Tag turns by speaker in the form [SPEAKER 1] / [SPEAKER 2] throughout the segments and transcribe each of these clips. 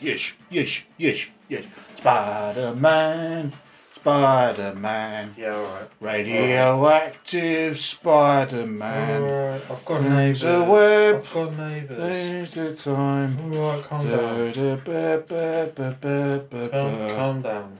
[SPEAKER 1] Yes, yes, yes, yes. Spider Man, Spider Man,
[SPEAKER 2] Yeah, alright.
[SPEAKER 1] radioactive Spider Man.
[SPEAKER 2] Alright, I've got
[SPEAKER 1] There's
[SPEAKER 2] neighbours.
[SPEAKER 1] a web.
[SPEAKER 2] I've got neighbours.
[SPEAKER 1] There's the time.
[SPEAKER 2] Alright, calm
[SPEAKER 1] Da,
[SPEAKER 2] down.
[SPEAKER 1] da, ba, ba, ba, ba, ba,
[SPEAKER 2] Calm,
[SPEAKER 1] ba.
[SPEAKER 2] calm down.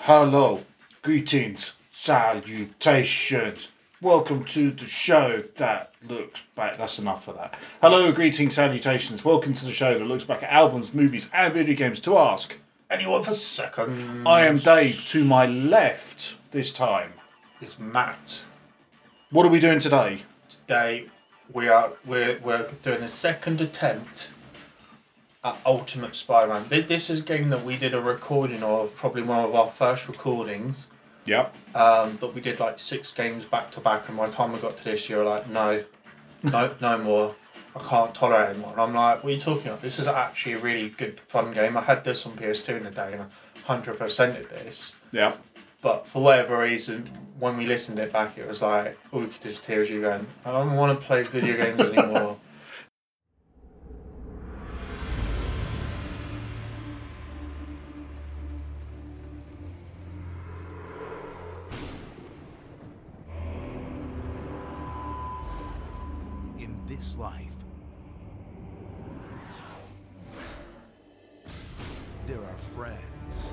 [SPEAKER 1] Hello, greetings, salutations. Welcome to the show that looks back. That's enough for that. Hello, greetings, salutations. Welcome to the show that looks back at albums, movies, and video games to ask.
[SPEAKER 2] Anyone for second?
[SPEAKER 1] I am Dave to my left this time.
[SPEAKER 2] It's Matt.
[SPEAKER 1] What are we doing today?
[SPEAKER 2] Today we are we're, we're doing a second attempt at Ultimate Spider-Man. Th- This is a game that we did a recording of, probably one of our first recordings.
[SPEAKER 1] Yeah.
[SPEAKER 2] Um, but we did like six games back to back, and by the time we got to this, you're like, no, no, no more. I can't tolerate anymore. And I'm like, what are you talking about? This is actually a really good, fun game. I had this on PS2 in the day, and I 100 percented this.
[SPEAKER 1] Yeah.
[SPEAKER 2] But for whatever reason, when we listened it back, it was like all we could just hear is you going, I don't want to play video games anymore.
[SPEAKER 3] in this life. There are friends.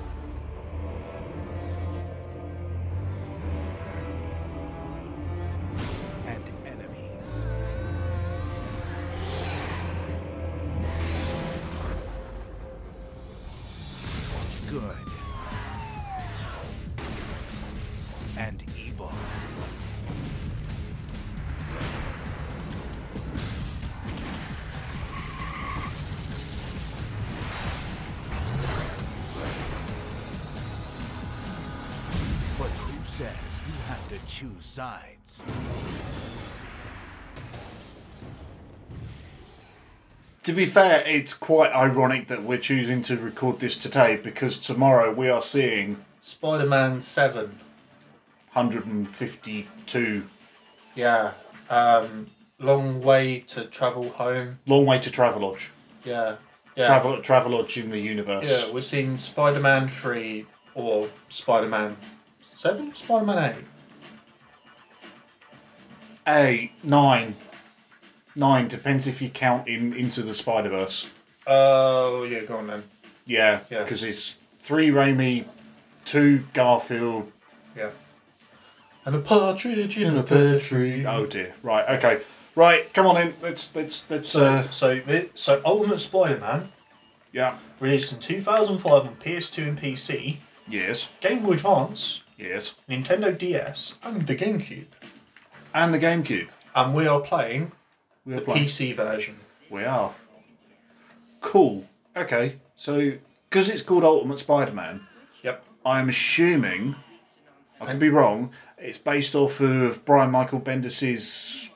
[SPEAKER 3] And enemies. Good. And evil. But who says you have to choose sides?
[SPEAKER 1] To be fair, it's quite ironic that we're choosing to record this today because tomorrow we are seeing
[SPEAKER 2] Spider Man 7.
[SPEAKER 1] 152
[SPEAKER 2] Yeah. Um, long way to travel home.
[SPEAKER 1] Long Way to Travelodge.
[SPEAKER 2] Yeah. Yeah.
[SPEAKER 1] Travel Travelodge in the universe.
[SPEAKER 2] Yeah, we're seeing Spider Man 3 or Spider Man 7? Spider Man 8?
[SPEAKER 1] A nine. Nine depends if you count in into the Spider Verse.
[SPEAKER 2] Oh, yeah, go on then.
[SPEAKER 1] Yeah,
[SPEAKER 2] Yeah.
[SPEAKER 1] because it's three Raimi, two Garfield.
[SPEAKER 2] Yeah. And a partridge in a pear
[SPEAKER 1] pear
[SPEAKER 2] tree.
[SPEAKER 1] Oh dear. Right. Okay. Right. Come on in. Let's let's let's. Uh,
[SPEAKER 2] So, thi- so Ultimate Spider Man,
[SPEAKER 1] yeah.
[SPEAKER 2] released in 2005 on PS2 and PC,
[SPEAKER 1] Yes.
[SPEAKER 2] Game Boy Advance,
[SPEAKER 1] Yes.
[SPEAKER 2] Nintendo DS, and the GameCube.
[SPEAKER 1] And the GameCube.
[SPEAKER 2] And we are playing
[SPEAKER 1] We are
[SPEAKER 2] the
[SPEAKER 1] playing.
[SPEAKER 2] PC version.
[SPEAKER 1] We are. Cool. Okay. So, because it's called Ultimate Spider-Man,
[SPEAKER 2] Yep.
[SPEAKER 1] I'm assuming. I could be wrong. It's based off of Brian Michael Bendis's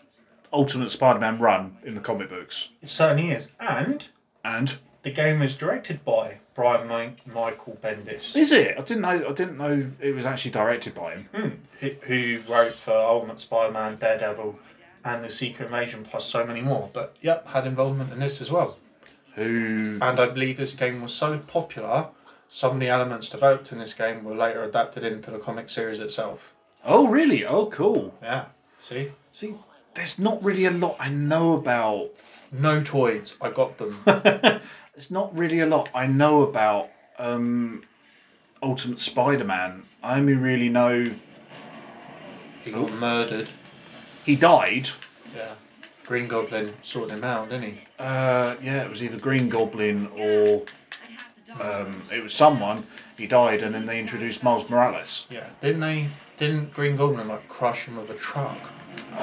[SPEAKER 1] Ultimate Spider-Man run in the comic books,
[SPEAKER 2] It certainly is. And
[SPEAKER 1] and
[SPEAKER 2] the game is directed by Brian Mi- Michael Bendis.
[SPEAKER 1] is it? I didn't know. I didn't know it was actually directed by him.
[SPEAKER 2] who- who wrote for Ultimate Spider-Man, Daredevil, and the Secret Invasion, plus so many more. But yep, had involvement in this as well.
[SPEAKER 1] Who?
[SPEAKER 2] And I believe this game was so popular, some of the elements developed in this game were later adapted into the comic series itself.
[SPEAKER 1] Oh, really? Oh, cool.
[SPEAKER 2] Yeah, see,
[SPEAKER 1] See, there's not really a lot I know about.
[SPEAKER 2] no toys. I got them.
[SPEAKER 1] There's not really a lot I know about um, Ultimate Spider-Man. I only really know
[SPEAKER 2] he got murdered.
[SPEAKER 1] he died.
[SPEAKER 2] Yeah, Green Goblin sorted him out, didn't he?
[SPEAKER 1] Uh, yeah, it was either Green Goblin or um, it was someone. He died, and then they introduced Miles Morales.
[SPEAKER 2] Yeah, didn't they? Didn't Green Goblin like crush him with a truck?
[SPEAKER 1] Oh,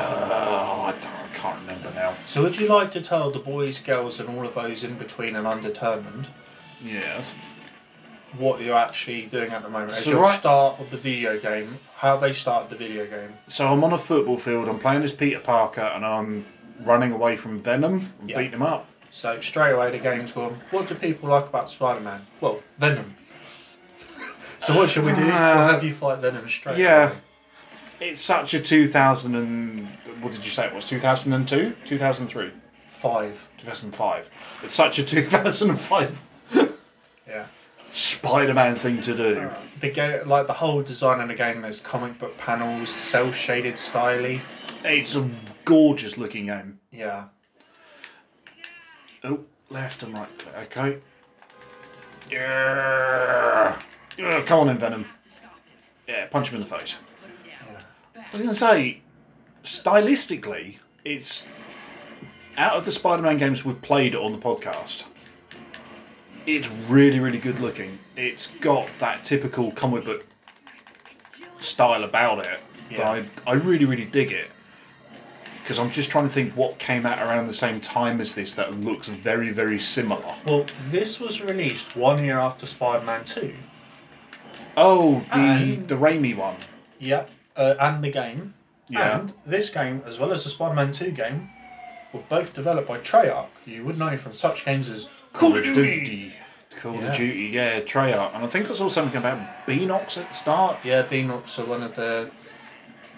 [SPEAKER 1] I, don't- I can't remember now.
[SPEAKER 2] So would you like to tell the boys, girls, and all of those in between and undetermined?
[SPEAKER 1] Yes.
[SPEAKER 2] what you're actually doing at the moment. It's
[SPEAKER 1] So
[SPEAKER 2] your
[SPEAKER 1] right-
[SPEAKER 2] start of the video game, how they started the video game.
[SPEAKER 1] So I'm on a football field. I'm playing as Peter Parker, and I'm running away from Venom and
[SPEAKER 2] Yeah.
[SPEAKER 1] beating him up.
[SPEAKER 2] So straight away the game's gone. What do people like about Spider Man? Well, Venom. So what should we do? we'll have you fight Venom straight.
[SPEAKER 1] Uh, Yeah.
[SPEAKER 2] away.
[SPEAKER 1] It's such a 2000 and what did you say it was 2002, 2003,
[SPEAKER 2] Five.
[SPEAKER 1] 2005. It's such a 2005
[SPEAKER 2] Yeah.
[SPEAKER 1] Spider-Man thing to do.
[SPEAKER 2] The game, like the whole design of the game, is comic book panels, cell shaded, styly.
[SPEAKER 1] It's a gorgeous looking game.
[SPEAKER 2] Yeah.
[SPEAKER 1] Oh, left and right. click, Okay. Yeah. Yeah, Come on in, Venom. Yeah, punch him in the face. I was going to say, stylistically, it's out of the Spider Man games we've played on the podcast. It's really, really good looking. It's got that typical comic book style about it.
[SPEAKER 2] Yeah.
[SPEAKER 1] That I, I really, really dig it. Because I'm just trying to think what came out around the same time as this that looks very, very similar.
[SPEAKER 2] Well, this was released one year after Spider Man 2.
[SPEAKER 1] Oh, the,
[SPEAKER 2] And-
[SPEAKER 1] the Raimi one.
[SPEAKER 2] Yeah. Uh, and the game.
[SPEAKER 1] Yeah.
[SPEAKER 2] And this game, as well as the Spider Man 2 game, were both developed by Treyarch. You would know from such games as Call of Duty.
[SPEAKER 1] Call
[SPEAKER 2] Yeah.
[SPEAKER 1] of Duty, yeah, Treyarch. And I think I saw something about Beanox at the start.
[SPEAKER 2] Yeah, Beanox are one of the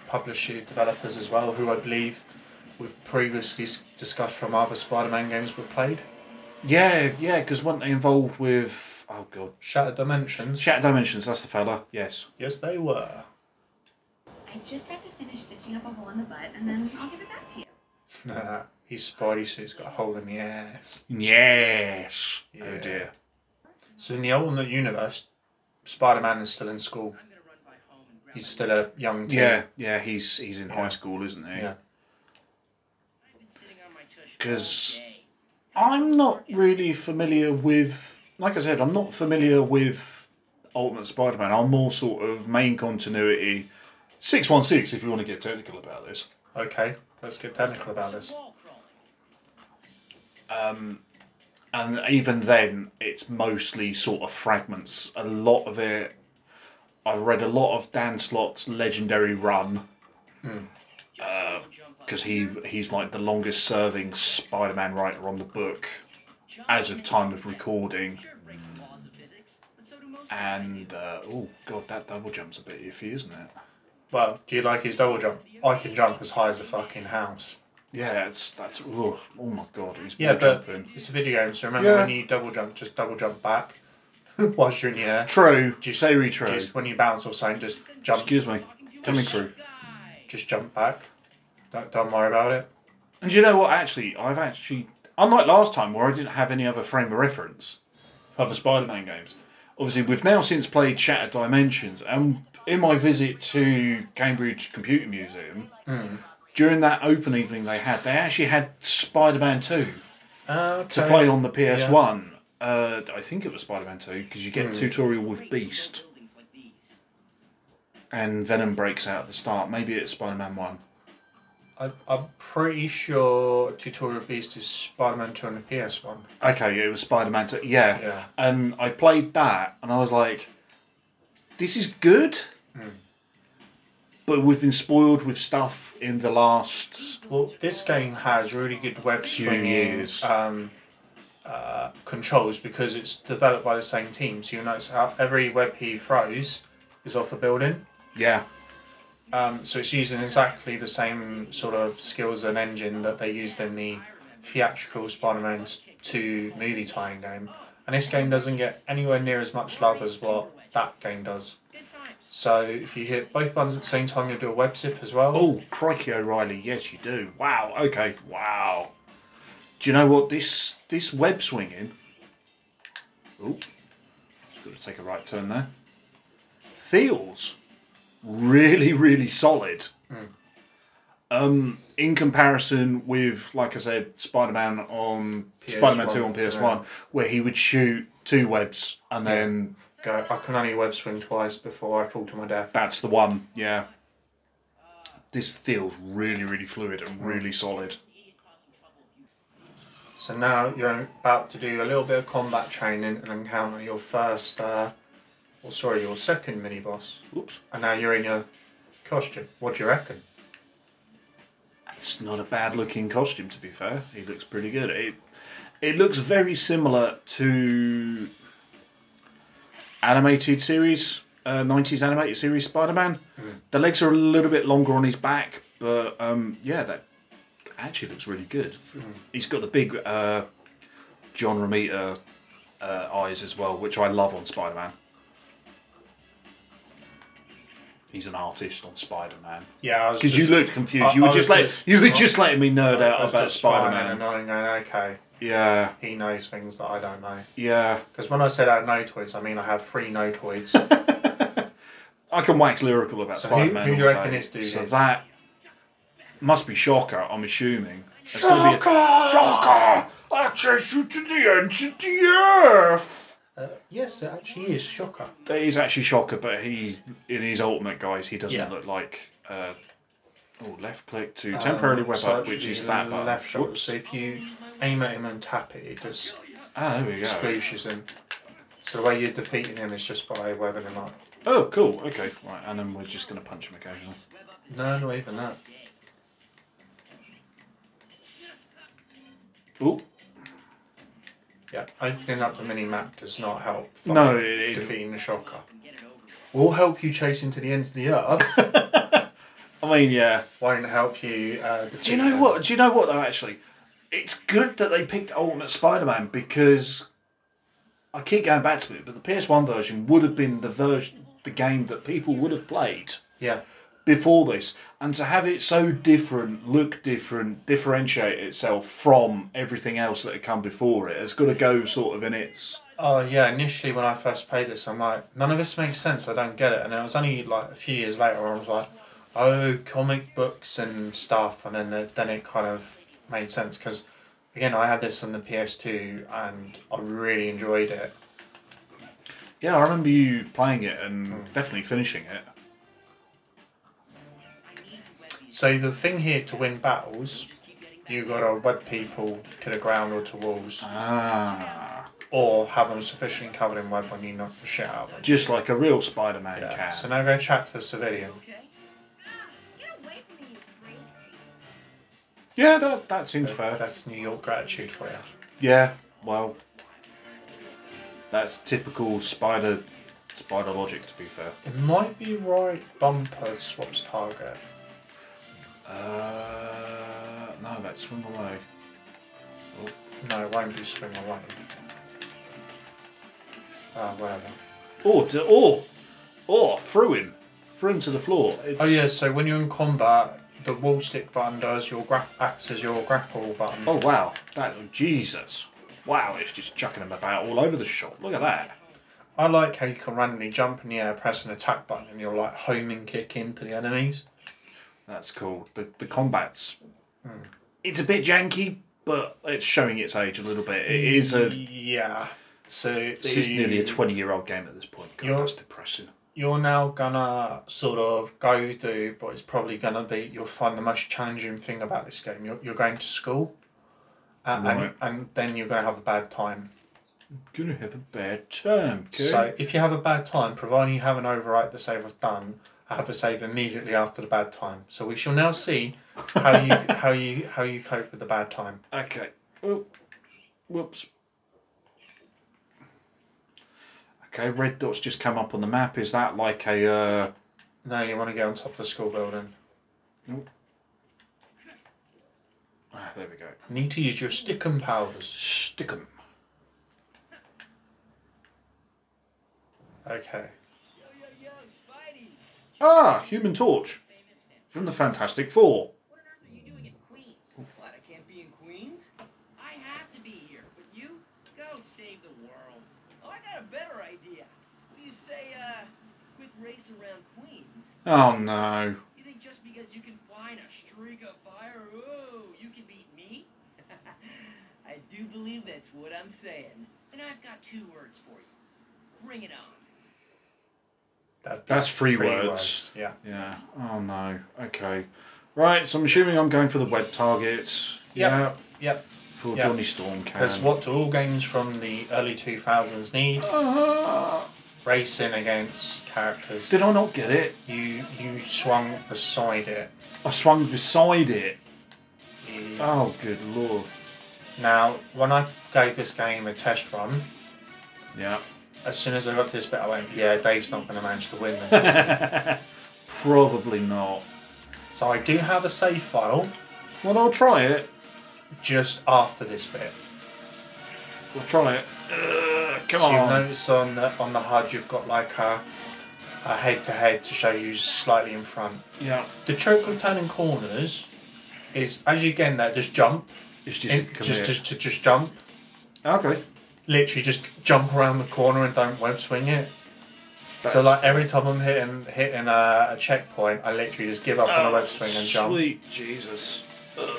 [SPEAKER 2] publisher developers as well, who I believe we've previously s- discussed from other Spider-Man games we've played.
[SPEAKER 1] Yeah, yeah, because weren't they involved with. Oh, God.
[SPEAKER 2] Shattered Dimensions.
[SPEAKER 1] Shattered Dimensions, that's the fella, yes.
[SPEAKER 2] yes, they were.
[SPEAKER 4] I just have to finish stitching up a hole in the butt and then I'll give it back to you.
[SPEAKER 2] Nah, his Spidey suit's got a hole in the ass.
[SPEAKER 1] Yes. Oh,
[SPEAKER 2] Yeah.
[SPEAKER 1] dear.
[SPEAKER 2] So in the Ultimate Universe, Spider-Man is still in school. He's still a young teen.
[SPEAKER 1] Yeah, yeah, he's he's in high school, isn't he?
[SPEAKER 2] Yeah.
[SPEAKER 1] Because I'm not really familiar with, like I said, I'm not familiar with Ultimate Spider Man. I'm more sort of main continuity 616, if you want to get technical about this.
[SPEAKER 2] Okay, let's get technical about this.
[SPEAKER 1] and even then it's mostly sort of fragments a lot of it i've read a lot of dan slott's legendary run because he he's like the longest serving spider-man writer on the book as of time of recording and uh, oh god that double jump's a bit iffy isn't it
[SPEAKER 2] Well, do you like his double jump? I can jump as high as a fucking house.
[SPEAKER 1] yeah it's that's oh, oh my god he's
[SPEAKER 2] Yeah, but
[SPEAKER 1] jumping
[SPEAKER 2] it's a video game, so remember
[SPEAKER 1] Yeah.
[SPEAKER 2] when you double jump, just double jump back whilst you're in the air.
[SPEAKER 1] true do you say re true
[SPEAKER 2] Just when you bounce or something, just jump.
[SPEAKER 1] excuse me coming through
[SPEAKER 2] Just jump back. Don't, don't worry about it.
[SPEAKER 1] And do you know what? Actually, I've actually, unlike last time where I didn't have any other frame of reference, other Spider-Man games. Obviously, we've now since played Shattered Dimensions, and in my visit to Cambridge Computer Museum, during that open evening they had, they actually had Spider-Man Two
[SPEAKER 2] Okay.
[SPEAKER 1] to play on the PS One. Uh, I think it was Spider-Man Two because you get a tutorial with Beast and Venom breaks out at the start. Maybe it's Spider-Man One.
[SPEAKER 2] I, I'm pretty sure Tutorial Beast is Spider Man 2 on the PS1.
[SPEAKER 1] Okay, it was Spider Man. So yeah.
[SPEAKER 2] Yeah.
[SPEAKER 1] and I played that, and I was like, "This is good," Hmm. but we've been spoiled with stuff in the last.
[SPEAKER 2] Well, this game has really good web
[SPEAKER 1] Few
[SPEAKER 2] swinging
[SPEAKER 1] years.
[SPEAKER 2] um, uh, controls because it's developed by the same team. So you notice how every web he throws is off a building.
[SPEAKER 1] Yeah,
[SPEAKER 2] Um, so it's using exactly the same sort of skills and engine that they used in the theatrical Spider-Man 2 movie tie-in game. And this game doesn't get anywhere near as much love as what that game does. So if you hit both buttons at the same time, you'll do a web zip as well.
[SPEAKER 1] Oh, crikey, O'Reilly! Yes, you do. Wow. Okay. Wow. Do you know what this this web swinging? Oh, just got to take a right turn there. Feels really, really solid. Um, in comparison with, like I said, Spider Man on
[SPEAKER 2] PS1,
[SPEAKER 1] Spider Man Two on PS One, where he would shoot two webs and then
[SPEAKER 2] Go, I can only web swing twice before I fall to my death.
[SPEAKER 1] that's the one. Yeah. This feels really, really fluid and really solid.
[SPEAKER 2] So now you're about to do a little bit of combat training and encounter your first, uh, or sorry, your second mini boss.
[SPEAKER 1] Oops.
[SPEAKER 2] And now you're in your costume. What do you reckon?
[SPEAKER 1] It's not a bad looking costume, to be fair. He looks pretty good. It it looks very similar to animated series uh, 90s animated series Spider Man. The legs are a little bit longer on his back, but um, yeah, that actually looks really good. He's got the big uh, John Romita uh, eyes as well, which I love on Spider Man. He's an artist on Spider Man.
[SPEAKER 2] Yeah, I was
[SPEAKER 1] Because you
[SPEAKER 2] just-
[SPEAKER 1] looked confused.
[SPEAKER 2] I-
[SPEAKER 1] you were
[SPEAKER 2] I was
[SPEAKER 1] just, let, you were
[SPEAKER 2] not-
[SPEAKER 1] just letting me nerd
[SPEAKER 2] I
[SPEAKER 1] out
[SPEAKER 2] was
[SPEAKER 1] about
[SPEAKER 2] just
[SPEAKER 1] Spider
[SPEAKER 2] smiling
[SPEAKER 1] Man.
[SPEAKER 2] and nodding, going, okay,
[SPEAKER 1] Yeah,
[SPEAKER 2] he knows things that I don't know.
[SPEAKER 1] yeah.
[SPEAKER 2] Because when I said I had no toys, I mean I have three no toys.
[SPEAKER 1] I can wax lyrical about
[SPEAKER 2] So who-
[SPEAKER 1] Spider Man.
[SPEAKER 2] who do you reckon this dude
[SPEAKER 1] So
[SPEAKER 2] is?
[SPEAKER 1] that must be Shocker, I'm assuming. It's gonna be a- Shocker! I chase you to the ends of the earth!
[SPEAKER 2] uh, yes, it actually is shocker.
[SPEAKER 1] That is actually Shocker, but he's in his ultimate guise, he doesn't
[SPEAKER 2] Yeah.
[SPEAKER 1] look like. Uh, oh, left click to temporarily web
[SPEAKER 2] So
[SPEAKER 1] up,
[SPEAKER 2] it should
[SPEAKER 1] which
[SPEAKER 2] be
[SPEAKER 1] is that button.
[SPEAKER 2] left shoulder.
[SPEAKER 1] Whoops.
[SPEAKER 2] So if you aim at him and tap it, it just
[SPEAKER 1] Ah, there we go.
[SPEAKER 2] splooshes him. So the way you're defeating him is just by webbing him up.
[SPEAKER 1] Oh, cool. Okay, right, and then we're just gonna punch him occasionally.
[SPEAKER 2] No, not even that.
[SPEAKER 1] Ooh.
[SPEAKER 2] Yeah, opening up the mini map does not help. for
[SPEAKER 1] No, it- it-
[SPEAKER 2] defeating the shocker. We'll help you chase him to the ends of the earth.
[SPEAKER 1] I mean, yeah.
[SPEAKER 2] won't help you. Uh, defeat
[SPEAKER 1] Do you know
[SPEAKER 2] him.
[SPEAKER 1] what? Do you know what though? Actually, it's good that they picked Ultimate Spider-Man because I keep going back to it, but the PS1 version would have been the version, the game that people would have played
[SPEAKER 2] Yeah,
[SPEAKER 1] before this, and to have it so different, look different, differentiate itself from everything else that had come before it, it's got to go sort of in its.
[SPEAKER 2] Oh yeah, initially when I first played this, I'm like, none of this makes sense. I don't get it. And it was only like a few years later, where I was like, oh, comic books and stuff. And then it, then it kind of made sense because, again, I had this on the PS2 and I really enjoyed it.
[SPEAKER 1] Yeah, I remember you playing it and definitely finishing it.
[SPEAKER 2] So the thing here to win battles, you got to web people to the ground or to walls,
[SPEAKER 1] Ah,
[SPEAKER 2] or have them sufficiently covered in web when you knock the shit out of them.
[SPEAKER 1] just like a real Spider-Man
[SPEAKER 2] Yeah.
[SPEAKER 1] can.
[SPEAKER 2] So now go chat to the civilian.
[SPEAKER 4] Ah, Get away from me, you freak.
[SPEAKER 1] yeah, that that seems fair.
[SPEAKER 2] That's New York gratitude for you.
[SPEAKER 1] Yeah, well, that's typical spider spider logic. To be fair,
[SPEAKER 2] It might be right bumper swaps target.
[SPEAKER 1] uh, no, that's swim away.
[SPEAKER 2] No, it won't be swim away. Uh, whatever.
[SPEAKER 1] Or to, or or threw him, threw him to the floor. It's,
[SPEAKER 2] Oh yeah, so when you're in combat, the wall stick button does your gra- acts as your grapple button.
[SPEAKER 1] Oh wow, that Jesus, wow! It's just chucking him about all over the shop. Look at that.
[SPEAKER 2] I like how you can randomly jump in the air, press an attack button, and you're like homing kick into the enemies.
[SPEAKER 1] That's cool. The the combats. Hmm. It's a bit janky, but it's showing its age a little bit. It is a.
[SPEAKER 2] Yeah. So, so
[SPEAKER 1] It's nearly
[SPEAKER 2] you-
[SPEAKER 1] a twenty-year-old game at this point. God,
[SPEAKER 2] You're-
[SPEAKER 1] that's depressing.
[SPEAKER 2] you're now gonna sort of go do, but it's probably gonna be you'll find the most challenging thing about this game. You're, you're going to school, and,
[SPEAKER 1] Right.
[SPEAKER 2] and and then you're gonna have a bad time.
[SPEAKER 1] gonna have a bad time. Okay.
[SPEAKER 2] So if you have a bad time, providing you haven't overwrite the save I've done, I have a save immediately after the bad time. So we shall now see how you how you how you cope with the bad time.
[SPEAKER 1] okay. Oh, whoops. Okay, red dots just come up on the map. Is that like a? Uh,
[SPEAKER 2] Now you want to get on top of the school building.
[SPEAKER 1] ah, there we go.
[SPEAKER 2] You need to use your stick and powers.
[SPEAKER 1] Stick 'em.
[SPEAKER 2] Okay.
[SPEAKER 1] Ah, Human Torch, from the Fantastic Four.
[SPEAKER 5] What on earth are you doing in Queens? What, Oh, I can't be in Queens? I have to be here, but you? Go save the world. Oh, I got a better idea. What do you say, uh, quit race around Queens?
[SPEAKER 1] Oh no.
[SPEAKER 5] You think just because you can find a streak of fire, ooh, you can beat me? I do believe that's what I'm saying. And I've got two words for you. Bring it on.
[SPEAKER 2] That'd be
[SPEAKER 1] That's three
[SPEAKER 2] three
[SPEAKER 1] words.
[SPEAKER 2] Yeah.
[SPEAKER 1] Yeah. Oh no. Okay. Right. So I'm assuming I'm going for the web targets.
[SPEAKER 2] Yep.
[SPEAKER 1] Yeah.
[SPEAKER 2] Yep.
[SPEAKER 1] For
[SPEAKER 2] Yep.
[SPEAKER 1] Johnny Storm.
[SPEAKER 2] Because what do all games from the early 2000s need?
[SPEAKER 1] Ah,
[SPEAKER 2] Racing against characters.
[SPEAKER 1] did I not get it?
[SPEAKER 2] You you swung beside it.
[SPEAKER 1] I swung beside it.
[SPEAKER 2] You-
[SPEAKER 1] Oh, good lord.
[SPEAKER 2] Now, when I gave this game a test run,
[SPEAKER 1] Yeah.
[SPEAKER 2] as soon as I got to this bit, I went, yeah, Dave's not going to manage to win this. is he?"
[SPEAKER 1] Probably not.
[SPEAKER 2] so I do have a save file
[SPEAKER 1] Well, I'll try it.
[SPEAKER 2] just after this bit.
[SPEAKER 1] I'll try it. Uh, come
[SPEAKER 2] so
[SPEAKER 1] on.
[SPEAKER 2] you notice on the on the HUD you've got like a a head to head to show you slightly in front.
[SPEAKER 1] yeah.
[SPEAKER 2] The trick of turning corners is as you get in there, just jump.
[SPEAKER 1] It's just,
[SPEAKER 2] Just
[SPEAKER 1] a
[SPEAKER 2] just,
[SPEAKER 1] commit.
[SPEAKER 2] just to just jump.
[SPEAKER 1] okay.
[SPEAKER 2] Literally just jump around the corner and don't web swing it. so
[SPEAKER 1] That's
[SPEAKER 2] like every time I'm hitting hitting a, a checkpoint, I literally just give up on the web swing and jump.
[SPEAKER 1] Oh, Sweet Jesus. Ugh.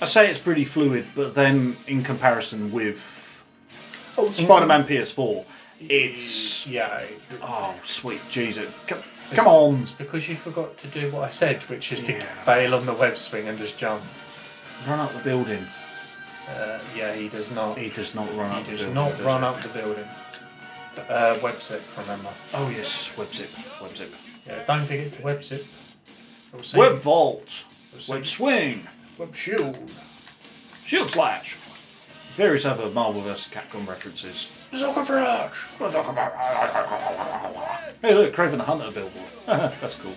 [SPEAKER 1] I say it's pretty fluid, but then in comparison with
[SPEAKER 2] Oh,
[SPEAKER 1] Spider Man PS4, it's.
[SPEAKER 2] yeah. it-
[SPEAKER 1] Oh, sweet Jesus. Come, come on.
[SPEAKER 2] Mm. It's because you forgot to do what I said, which is to
[SPEAKER 1] Yeah.
[SPEAKER 2] bail on the web swing and just jump.
[SPEAKER 1] Run up the building.
[SPEAKER 2] Uh, yeah, he does not.
[SPEAKER 1] He does not run
[SPEAKER 2] He
[SPEAKER 1] up the
[SPEAKER 2] does
[SPEAKER 1] building.
[SPEAKER 2] not
[SPEAKER 1] does
[SPEAKER 2] run
[SPEAKER 1] he?
[SPEAKER 2] up the building. Th- Uh, web zip, remember.
[SPEAKER 1] Oh, yes. Web zip. Web zip.
[SPEAKER 2] Yeah, don't forget to web zip. It'll save-
[SPEAKER 1] Web vault.
[SPEAKER 2] it'll
[SPEAKER 1] Web
[SPEAKER 2] save-
[SPEAKER 1] swing. Web shield. Shield slash. Various other Marvel vs. Capcom references.
[SPEAKER 2] Zuckerberg!
[SPEAKER 1] Hey, look, Craven the Hunter billboard. That's cool.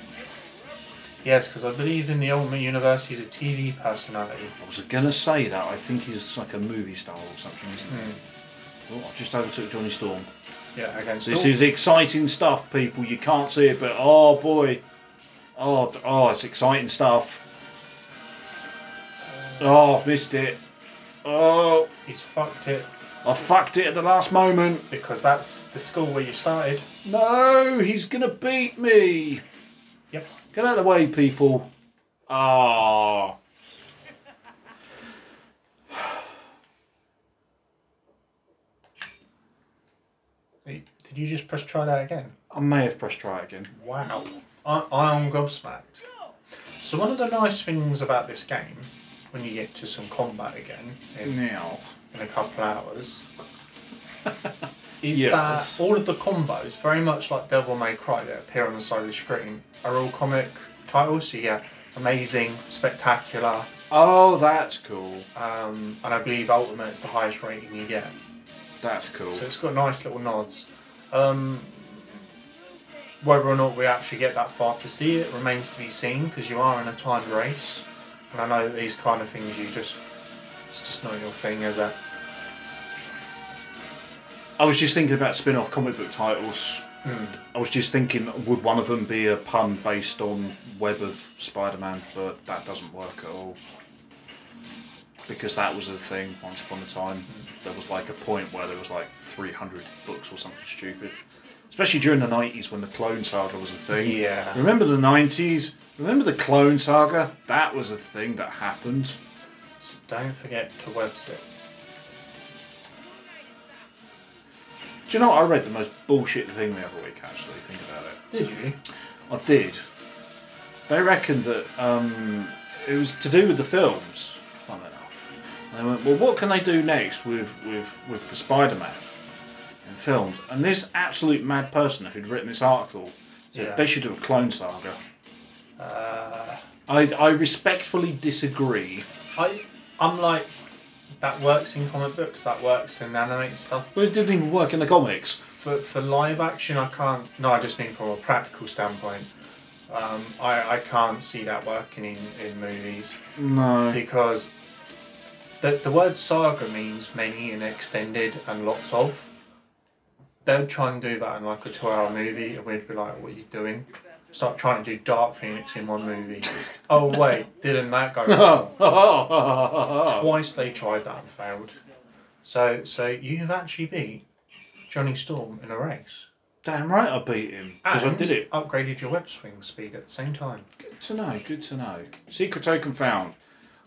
[SPEAKER 2] Yes, because I believe in the Ultimate Universe he's a TV personality.
[SPEAKER 1] I was gonna say that. I think he's like a movie star or something, isn't
[SPEAKER 2] Hmm.
[SPEAKER 1] he? Oh, I've just overtook Johnny Storm.
[SPEAKER 2] Yeah, against
[SPEAKER 1] This
[SPEAKER 2] all-
[SPEAKER 1] is exciting stuff, people. You can't see it, but oh boy, oh, d- oh, it's exciting stuff. Oh, I've missed it. Oh,
[SPEAKER 2] He's fucked it
[SPEAKER 1] I fucked it at the last moment.
[SPEAKER 2] because that's the school where you started.
[SPEAKER 1] No, he's gonna beat me.
[SPEAKER 2] Yep.
[SPEAKER 1] Get out of the way, people. Ah.
[SPEAKER 2] Wait, Did you just press try that again?
[SPEAKER 1] I may have pressed try again.
[SPEAKER 2] Wow. I, I'm gobsmacked. So one of the nice things about this game, when you get to some combat again in
[SPEAKER 1] Now.
[SPEAKER 2] in a couple hours. Is
[SPEAKER 1] Yes.
[SPEAKER 2] that all of the combos, very much like Devil May Cry, that appear on the side of the screen, are all comic titles? So you get amazing, spectacular,
[SPEAKER 1] Oh, that's cool.
[SPEAKER 2] um, and I believe Ultimate is the highest rating you get.
[SPEAKER 1] That's cool.
[SPEAKER 2] So it's got nice little nods. Um, whether or not we actually get that far to see it remains to be seen because you are in a timed race, and I know that these kind of things you just it's just not your thing, is it?
[SPEAKER 1] I was just thinking about spin off comic book titles. I was just thinking, would one of them be a pun based on Web of Spider Man? But that doesn't work at all. Because that was a thing once upon a time. There was like a point where there was like 300 books or something stupid. Especially during the 90s when the Clone Saga was a thing.
[SPEAKER 2] Yeah.
[SPEAKER 1] Remember the 90s? Remember the Clone Saga? That was a thing that happened.
[SPEAKER 2] So don't forget to web zip.
[SPEAKER 1] Do you know what? I read the most bullshit thing the other week, actually. Think about it.
[SPEAKER 2] Did you?
[SPEAKER 1] I did. They reckoned that um, it was to do with the films, fun enough. And they went, well, what can they do next with, with, with the Spider Man in films? And this absolute mad person who'd written this article said
[SPEAKER 2] Yeah.
[SPEAKER 1] they should do a clone saga.
[SPEAKER 2] Uh,
[SPEAKER 1] I, I respectfully disagree.
[SPEAKER 2] I, I'm like, that works in comic books, that works in animated stuff.
[SPEAKER 1] But it didn't even work in the comics.
[SPEAKER 2] For, for live action, I can't. No, I just mean from a practical standpoint. Um, I, I can't see that working in, in movies
[SPEAKER 1] No.
[SPEAKER 2] because the, the word saga means many and extended and lots of. They'll try and do that in like a two hour movie, and we'd be like, What are you doing? Start trying to do Dark Phoenix in one movie. oh, wait, didn't that go wrong? Twice they tried that and failed. So, so you've actually beat Johnny Storm in a race.
[SPEAKER 1] Damn right I beat him. Because I
[SPEAKER 2] And
[SPEAKER 1] did it.
[SPEAKER 2] Upgraded your web swing speed at the same time.
[SPEAKER 1] Good to know. Good to know. Secret token found.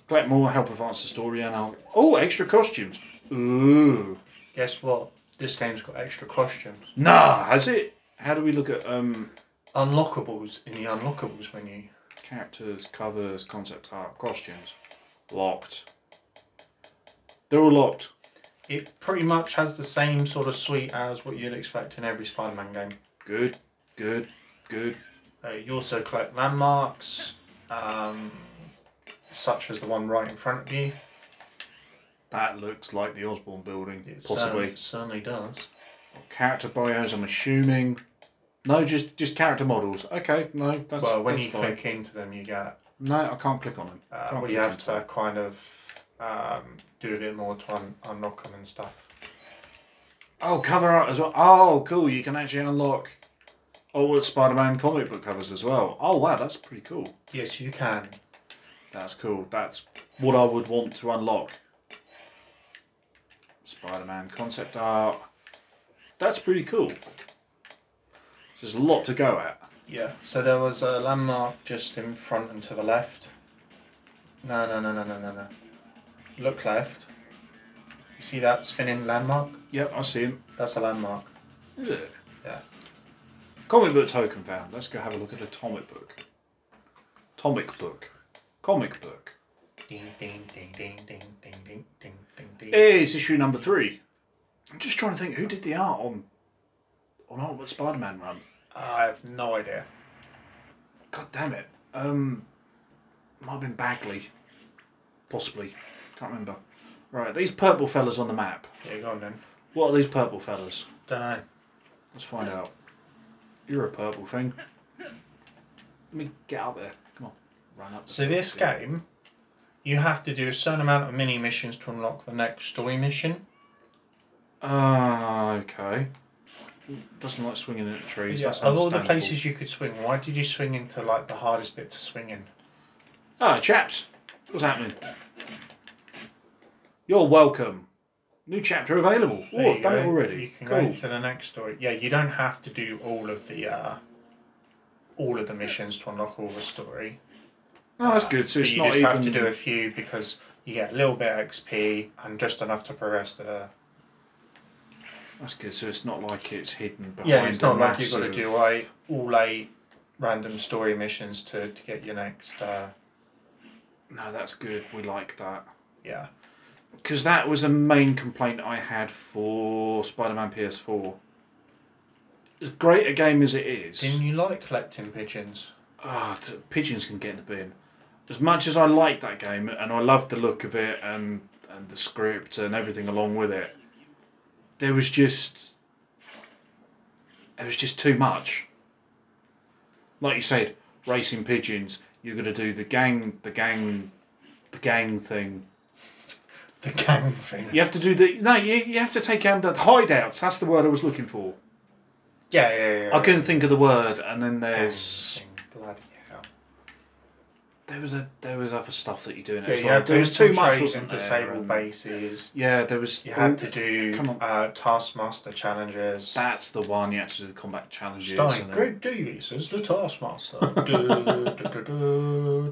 [SPEAKER 1] Collect more. Help advance the story. And I'll. Oh, extra costumes. Ooh.
[SPEAKER 2] Guess what? This game's got extra questions.
[SPEAKER 1] Nah. Has it? How do we look at um
[SPEAKER 2] Unlockables in the unlockables menu.
[SPEAKER 1] characters, covers, concept art, costumes? Locked. They're all locked.
[SPEAKER 2] It pretty much has the same sort of suite as what you'd expect in every Spider-Man game.
[SPEAKER 1] Good. Good. Good.
[SPEAKER 2] Uh, you also collect landmarks, um, such as the one right in front of you.
[SPEAKER 1] That looks like the Osborne building,
[SPEAKER 2] It
[SPEAKER 1] possibly.
[SPEAKER 2] Certainly, certainly does.
[SPEAKER 1] Character bios, I'm assuming. No, just just character models. Okay, no, that's
[SPEAKER 2] well, when
[SPEAKER 1] that's
[SPEAKER 2] you
[SPEAKER 1] fine.
[SPEAKER 2] click into them, you get.
[SPEAKER 1] No, I can't click on them.
[SPEAKER 2] Uh,
[SPEAKER 1] Can't
[SPEAKER 2] well, you
[SPEAKER 1] click
[SPEAKER 2] have
[SPEAKER 1] into
[SPEAKER 2] to kind of um, do a bit more to un- unlock them and stuff.
[SPEAKER 1] Oh, cover art as well. Oh, cool. You can actually unlock all the Spider Man comic book covers as well. Oh, wow, that's pretty cool.
[SPEAKER 2] Yes, you can.
[SPEAKER 1] That's cool. That's what I would want to unlock. Spider Man concept art. That's pretty cool. There's a lot to go at.
[SPEAKER 2] Yeah. So there was a landmark just in front and to the left. No, no, no, no, no, no, no. Look left. You see that spinning landmark?
[SPEAKER 1] Yep, I see him.
[SPEAKER 2] That's a landmark.
[SPEAKER 1] Is it?
[SPEAKER 2] Yeah.
[SPEAKER 1] Comic book token found. Let's go have a look at a comic book. Comic book. Comic book.
[SPEAKER 2] Ding, ding, ding, ding, ding, ding, ding, ding, ding, ding.
[SPEAKER 1] It's issue number three. I'm just trying to think who did the art on on Ultimate Spider-Man run.
[SPEAKER 2] I have no idea.
[SPEAKER 1] God damn it. Um, might have been Bagley, possibly. Can't remember. Right, these purple fellas on the map.
[SPEAKER 2] Yeah, go on then.
[SPEAKER 1] What are these purple fellas?
[SPEAKER 2] Don't know.
[SPEAKER 1] Let's find out. You're a purple thing. Let me get up there. Come on, run up.
[SPEAKER 2] So this game, you have to do a certain amount of mini missions to unlock the next story mission.
[SPEAKER 1] Ah, okay. Doesn't like swinging at trees.
[SPEAKER 2] Yeah,
[SPEAKER 1] That's
[SPEAKER 2] of all the
[SPEAKER 1] understandable.
[SPEAKER 2] places you could swing, why did you swing into like the hardest bit to swing in?
[SPEAKER 1] Ah, chaps, what's happening? You're welcome. New chapter available.
[SPEAKER 2] There
[SPEAKER 1] Oh,
[SPEAKER 2] you
[SPEAKER 1] I've done it
[SPEAKER 2] go.
[SPEAKER 1] already.
[SPEAKER 2] You can go
[SPEAKER 1] Cool.
[SPEAKER 2] to the next story. Yeah, you don't have to do all of the uh, all of the missions to unlock all the story.
[SPEAKER 1] No, that's good. So
[SPEAKER 2] But
[SPEAKER 1] it's
[SPEAKER 2] you
[SPEAKER 1] not
[SPEAKER 2] just
[SPEAKER 1] even.
[SPEAKER 2] have to do a few because you get a little bit of XP and just enough to progress the.
[SPEAKER 1] That's good. So it's not like it's hidden behind.
[SPEAKER 2] Yeah, it's
[SPEAKER 1] a
[SPEAKER 2] not like you've got to
[SPEAKER 1] massive-
[SPEAKER 2] do like all eight random story missions to to get your next. Uh,
[SPEAKER 1] No, that's good. We like that.
[SPEAKER 2] yeah.
[SPEAKER 1] Because that was the main complaint I had for Spider Man PS4. As great a game as it is,
[SPEAKER 2] Didn't you like collecting pigeons?
[SPEAKER 1] ah, t- pigeons can get in the bin. As much as I liked that game and I loved the look of it and, and the script and everything along with it, there was just. It was just too much. Like you said, racing pigeons, you're gonna do the gang the gang the gang thing.
[SPEAKER 2] The gang thing.
[SPEAKER 1] You have to do the no. You, you have to take out the hideouts. That's the word I was looking for.
[SPEAKER 2] Yeah, yeah, yeah.
[SPEAKER 1] I couldn't think of the word, and then
[SPEAKER 2] Gang
[SPEAKER 1] there's
[SPEAKER 2] thing, Bloody hell.
[SPEAKER 1] there was a there was other stuff that you do in it.
[SPEAKER 2] Yeah,
[SPEAKER 1] as
[SPEAKER 2] you
[SPEAKER 1] well.
[SPEAKER 2] had
[SPEAKER 1] There
[SPEAKER 2] to
[SPEAKER 1] was too much.
[SPEAKER 2] infiltrate
[SPEAKER 1] Wasn't
[SPEAKER 2] and
[SPEAKER 1] there?
[SPEAKER 2] disable
[SPEAKER 1] And-
[SPEAKER 2] bases.
[SPEAKER 1] Yeah, there was.
[SPEAKER 2] You had to do
[SPEAKER 1] Come on.
[SPEAKER 2] Uh, Taskmaster challenges.
[SPEAKER 1] That's the one. You had to do the combat challenges.
[SPEAKER 2] Starring
[SPEAKER 1] and then-
[SPEAKER 2] Greg Davies as the Taskmaster. Du- du- du- du-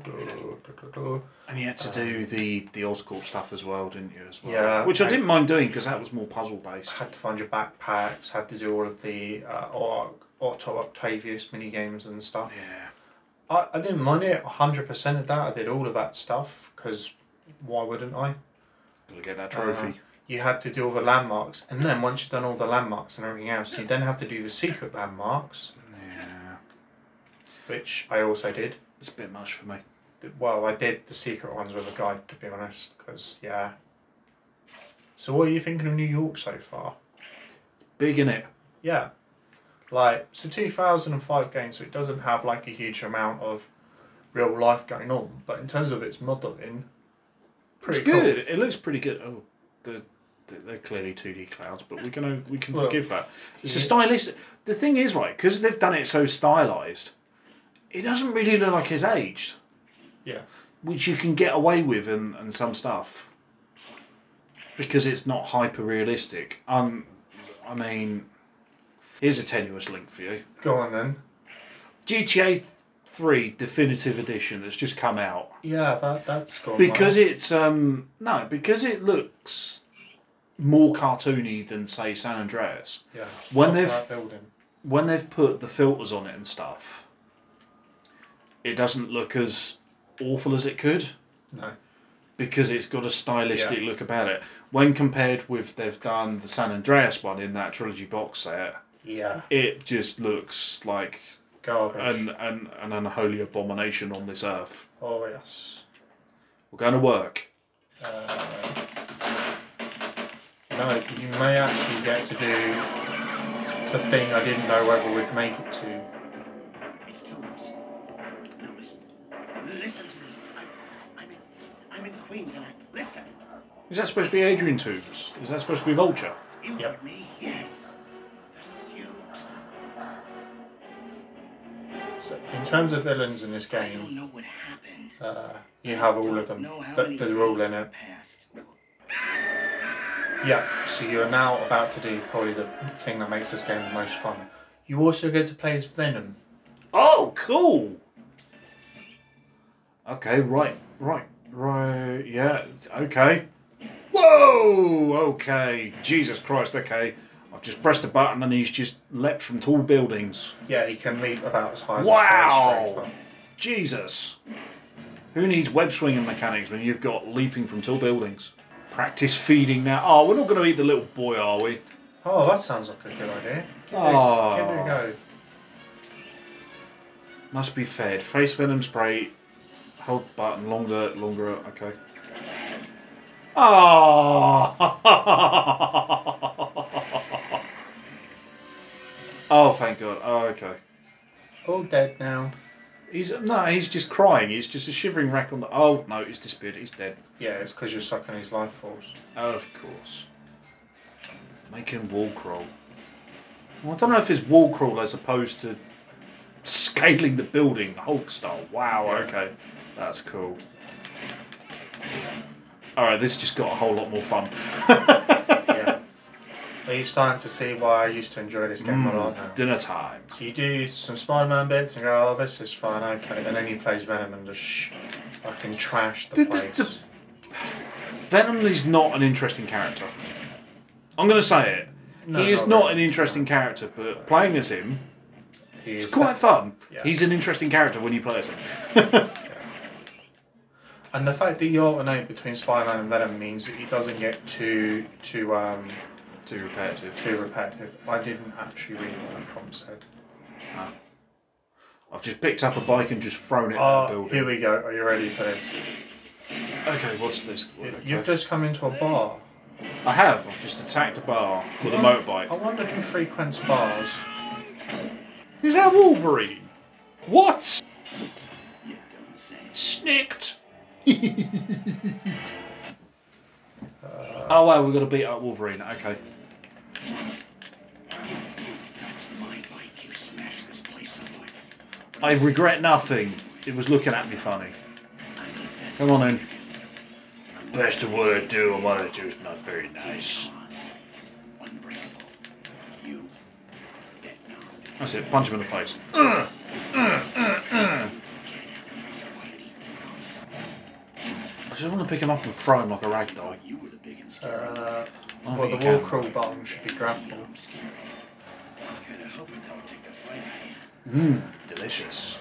[SPEAKER 2] du- du- du- du.
[SPEAKER 1] And you had to do the the Oscorp stuff as well, didn't you? As well,
[SPEAKER 2] Yeah,
[SPEAKER 1] Which I
[SPEAKER 2] I-
[SPEAKER 1] didn't mind doing because that was more puzzle based.
[SPEAKER 2] Had to find your backpacks. Had to do all of the uh, Or- Otto Octavius minigames and stuff.
[SPEAKER 1] Yeah.
[SPEAKER 2] I, I didn't mind it. 100% of that. I did all of that stuff because why wouldn't I?
[SPEAKER 1] Gotta get that
[SPEAKER 2] Uh,
[SPEAKER 1] trophy.
[SPEAKER 2] you had to do all the landmarks, and then once you've done all the landmarks and everything else, you then have to do the secret landmarks,
[SPEAKER 1] yeah.
[SPEAKER 2] which I also did.
[SPEAKER 1] It's a bit much for me.
[SPEAKER 2] Th- Well, I did the secret ones with a guide, to be honest, because, yeah. So, what are you thinking of New York so far?
[SPEAKER 1] Big in it.
[SPEAKER 2] Yeah. Like, it's a 2005 game, so it doesn't have, like, a huge amount of real life going on, but in terms of its modelling, pretty
[SPEAKER 1] it's
[SPEAKER 2] cool.
[SPEAKER 1] good. It looks pretty good. Oh, the, the they're clearly two D clouds, but we can o- we can
[SPEAKER 2] Well,
[SPEAKER 1] forgive that. It's a
[SPEAKER 2] yeah.
[SPEAKER 1] stylistic. The thing is, right, because they've done it so stylized, it doesn't really look like it's aged,
[SPEAKER 2] Yeah.
[SPEAKER 1] which you can get away with and and some stuff because it's not hyper realistic. Um, I mean, here's a tenuous link for you.
[SPEAKER 2] Go on then.
[SPEAKER 1] GTA Three Definitive Edition that's just come out.
[SPEAKER 2] Yeah, that, that's gone.
[SPEAKER 1] because it's um no because it looks more cartoony than say San Andreas
[SPEAKER 2] yeah,
[SPEAKER 1] when
[SPEAKER 2] top of
[SPEAKER 1] they've-
[SPEAKER 2] that building.
[SPEAKER 1] when they've put the filters on it and stuff it doesn't look as awful as it could
[SPEAKER 2] No.
[SPEAKER 1] because it's got a stylistic look about it when compared with they've done the San Andreas one in that trilogy box set
[SPEAKER 2] Yeah.
[SPEAKER 1] it just looks like
[SPEAKER 2] Garbage.
[SPEAKER 1] an an, an unholy abomination on this earth
[SPEAKER 2] oh yes.
[SPEAKER 1] we're going to work
[SPEAKER 2] Uh, no, you may actually get to do the thing I didn't know whether we'd make it to.
[SPEAKER 5] It's Tombs. Now listen. Listen to me. I'm, I'm, in, I'm in Queens and I. Listen!
[SPEAKER 1] Is that supposed to be Adrian Toombs? Is that supposed to be Vulture?
[SPEAKER 5] You
[SPEAKER 2] Yep.
[SPEAKER 5] heard me? Yes. The suit.
[SPEAKER 2] So in terms of villains in this
[SPEAKER 5] I don't
[SPEAKER 2] game,
[SPEAKER 5] know what happened.
[SPEAKER 2] uh, you have all of them.
[SPEAKER 5] Know how
[SPEAKER 2] Th-
[SPEAKER 5] many
[SPEAKER 2] They're all
[SPEAKER 5] days
[SPEAKER 2] in it.
[SPEAKER 5] Passed.
[SPEAKER 2] Yeah, so you're now about to do probably the thing that makes this game the most fun. You also get to play as Venom.
[SPEAKER 1] Oh, cool. Okay, right, right, right. Yeah, okay. Whoa, okay. Jesus Christ, okay. I've just pressed a button and he's just leapt from tall buildings.
[SPEAKER 2] Yeah, he can leap about as high as a
[SPEAKER 1] Wow.
[SPEAKER 2] skyscraper.
[SPEAKER 1] Jesus. Who needs web swinging mechanics when you've got leaping from tall buildings? Practice feeding now. Oh, we're not going to eat the little boy, are we?
[SPEAKER 2] Oh, that sounds like a good idea. Give,
[SPEAKER 1] Oh.
[SPEAKER 2] it, give it a go.
[SPEAKER 1] Must be fed. Face venom spray. Hold button longer, longer. Okay. Ah! Oh. oh, thank God. Oh, okay.
[SPEAKER 2] All dead now.
[SPEAKER 1] He's no, he's just crying. He's just a shivering wreck on the. Oh no, he's disappeared. He's dead.
[SPEAKER 2] Yeah, it's because you're sucking his life force.
[SPEAKER 1] Of course. Make him wall crawl. Well, I don't know if it's wall crawl as opposed to scaling the building Hulk style. Wow,
[SPEAKER 2] Yeah.
[SPEAKER 1] okay. That's cool. Alright, this just got a whole lot more fun.
[SPEAKER 2] Mm. Yeah. Are you starting to see why I used to enjoy this game
[SPEAKER 1] Hmm.
[SPEAKER 2] a lot now?
[SPEAKER 1] Dinner time.
[SPEAKER 2] So you do some Spider-Man bits and go, oh, this is fun, okay. And then he plays Venom and just sh- fucking trash the
[SPEAKER 1] Did the-
[SPEAKER 2] place.
[SPEAKER 1] the- Venom is not an interesting character. I'm going to say it.
[SPEAKER 2] No,
[SPEAKER 1] he is
[SPEAKER 2] not
[SPEAKER 1] not,
[SPEAKER 2] really.
[SPEAKER 1] an interesting character, but playing as him,
[SPEAKER 2] He
[SPEAKER 1] it's
[SPEAKER 2] is
[SPEAKER 1] quite
[SPEAKER 2] that-
[SPEAKER 1] fun.
[SPEAKER 2] yeah.
[SPEAKER 1] He's an interesting character when you play as him.
[SPEAKER 2] And the fact that you alternate between Spider-Man and Venom means that he doesn't get too too um
[SPEAKER 1] Too repetitive.
[SPEAKER 2] too repetitive. I didn't actually read what that prompt said.
[SPEAKER 1] I've just picked up a bike and just thrown it at the
[SPEAKER 2] Oh,
[SPEAKER 1] building.
[SPEAKER 2] here we go. Are you ready for this?
[SPEAKER 1] Okay, what's this? Okay.
[SPEAKER 2] You've just come into a bar.
[SPEAKER 1] I have. I've just Oh. attacked a bar with a
[SPEAKER 2] I
[SPEAKER 1] motorbike.
[SPEAKER 2] wonder who frequents bars.
[SPEAKER 1] Is that Wolverine? What?
[SPEAKER 5] You don't say.
[SPEAKER 1] Snicked. oh wow, we've got to beat up Wolverine. Okay.
[SPEAKER 5] That's my bike. You smashed this place up like.
[SPEAKER 1] I regret nothing. It was looking at me funny. Come on in. Best of what I do and what I do is not very nice.
[SPEAKER 5] Unbreakable. You. Dead now.
[SPEAKER 1] That's it. Punch him in the face.
[SPEAKER 5] Can't have a sobriety.
[SPEAKER 1] I just want to pick him up and throw him like a rag doll.
[SPEAKER 5] You were the big and scary.
[SPEAKER 2] Uh,
[SPEAKER 1] I
[SPEAKER 2] well,
[SPEAKER 1] think
[SPEAKER 2] the
[SPEAKER 1] you
[SPEAKER 2] wall
[SPEAKER 1] Oh, can.
[SPEAKER 2] crawl button should be grapple.
[SPEAKER 5] I'm scared. Kind of hoping that would take the fight out of you.
[SPEAKER 1] Delicious.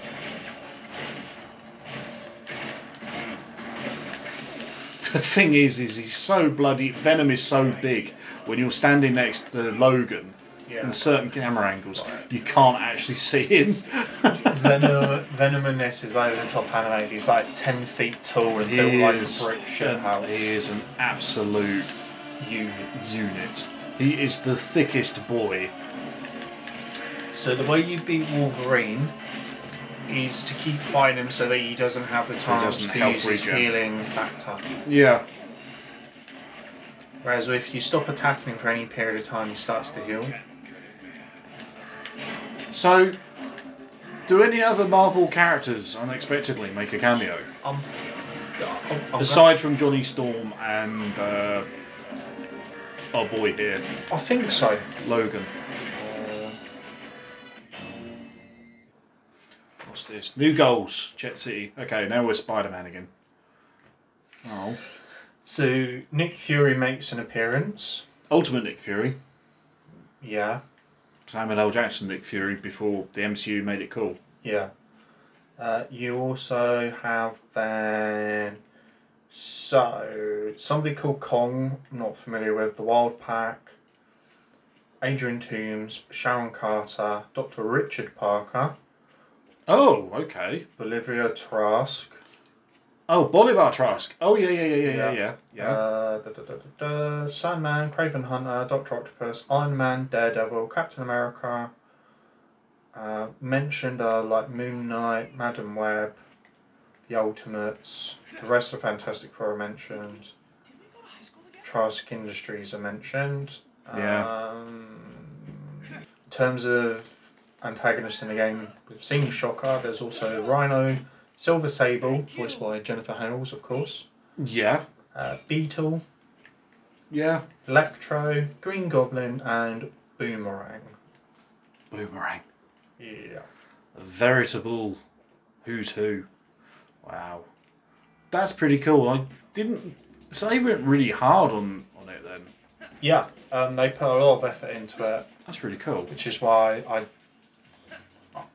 [SPEAKER 1] The thing is, is he's so bloody. Venom is so big. When you're standing next to Logan,
[SPEAKER 2] Yeah.
[SPEAKER 1] in certain camera angles, you can't actually see him.
[SPEAKER 2] Venom, Venom in this is over the top anime. He's like ten feet tall and
[SPEAKER 1] He
[SPEAKER 2] built like
[SPEAKER 1] is
[SPEAKER 2] a brick shit
[SPEAKER 1] an-
[SPEAKER 2] house.
[SPEAKER 1] He is an absolute
[SPEAKER 2] Unit.
[SPEAKER 1] unit. He is the thickest boy.
[SPEAKER 2] So the way you beat Wolverine is to keep fighting him so that he doesn't have the
[SPEAKER 1] he
[SPEAKER 2] time
[SPEAKER 1] doesn't
[SPEAKER 2] to
[SPEAKER 1] health
[SPEAKER 2] use his
[SPEAKER 1] regen.
[SPEAKER 2] healing factor.
[SPEAKER 1] Yeah.
[SPEAKER 2] Whereas if you stop attacking him for any period of time, he starts to heal.
[SPEAKER 1] So, do any other Marvel characters unexpectedly make a cameo?
[SPEAKER 2] Um, uh, I'm, I'm
[SPEAKER 1] Aside from Johnny Storm and uh, our boy here,
[SPEAKER 2] gonna- I think so.
[SPEAKER 1] Logan.
[SPEAKER 2] Uh,
[SPEAKER 1] What's this? New goals, Chet City. Okay, now we're Spider Man again. Oh.
[SPEAKER 2] so Nick Fury makes an appearance.
[SPEAKER 1] Ultimate Nick Fury.
[SPEAKER 2] Yeah,
[SPEAKER 1] Samuel L. Jackson Nick Fury before the MCU made it cool.
[SPEAKER 2] yeah. Uh, you also have then. So somebody called Kong, I'm not familiar with the Wild Pack. Adrian Toombs, Sharon Carter, Dr. Richard Parker,
[SPEAKER 1] Oh, okay.
[SPEAKER 2] Bolivia Trask,
[SPEAKER 1] Oh, Bolivar Trask. Oh yeah, yeah, yeah, yeah, yeah,
[SPEAKER 2] Yeah.
[SPEAKER 1] yeah. yeah.
[SPEAKER 2] Uh, da, da, da, da, da, Sandman, Craven Hunter, Doctor Octopus, Iron Man, Daredevil, Captain America. Uh, mentioned are like Moon Knight, Madam Web, The Ultimates. The rest of Fantastic Four are mentioned.
[SPEAKER 5] Did we go to high school together?
[SPEAKER 2] Trask Industries are mentioned.
[SPEAKER 1] Yeah.
[SPEAKER 2] Um, in terms of antagonists in the game, we've seen Shocker. There's also Rhino, Silver Sable, voiced by Jennifer Hales, of course.
[SPEAKER 1] yeah,
[SPEAKER 2] Uh, Beetle,
[SPEAKER 1] yeah.
[SPEAKER 2] Electro, Green Goblin, and Boomerang.
[SPEAKER 1] Boomerang.
[SPEAKER 2] Yeah.
[SPEAKER 1] A veritable who's who. Wow. That's pretty cool. I didn't. So they went really hard on, on it then.
[SPEAKER 2] Yeah, um, they put a lot of effort into it,
[SPEAKER 1] That's really cool.
[SPEAKER 2] which is why I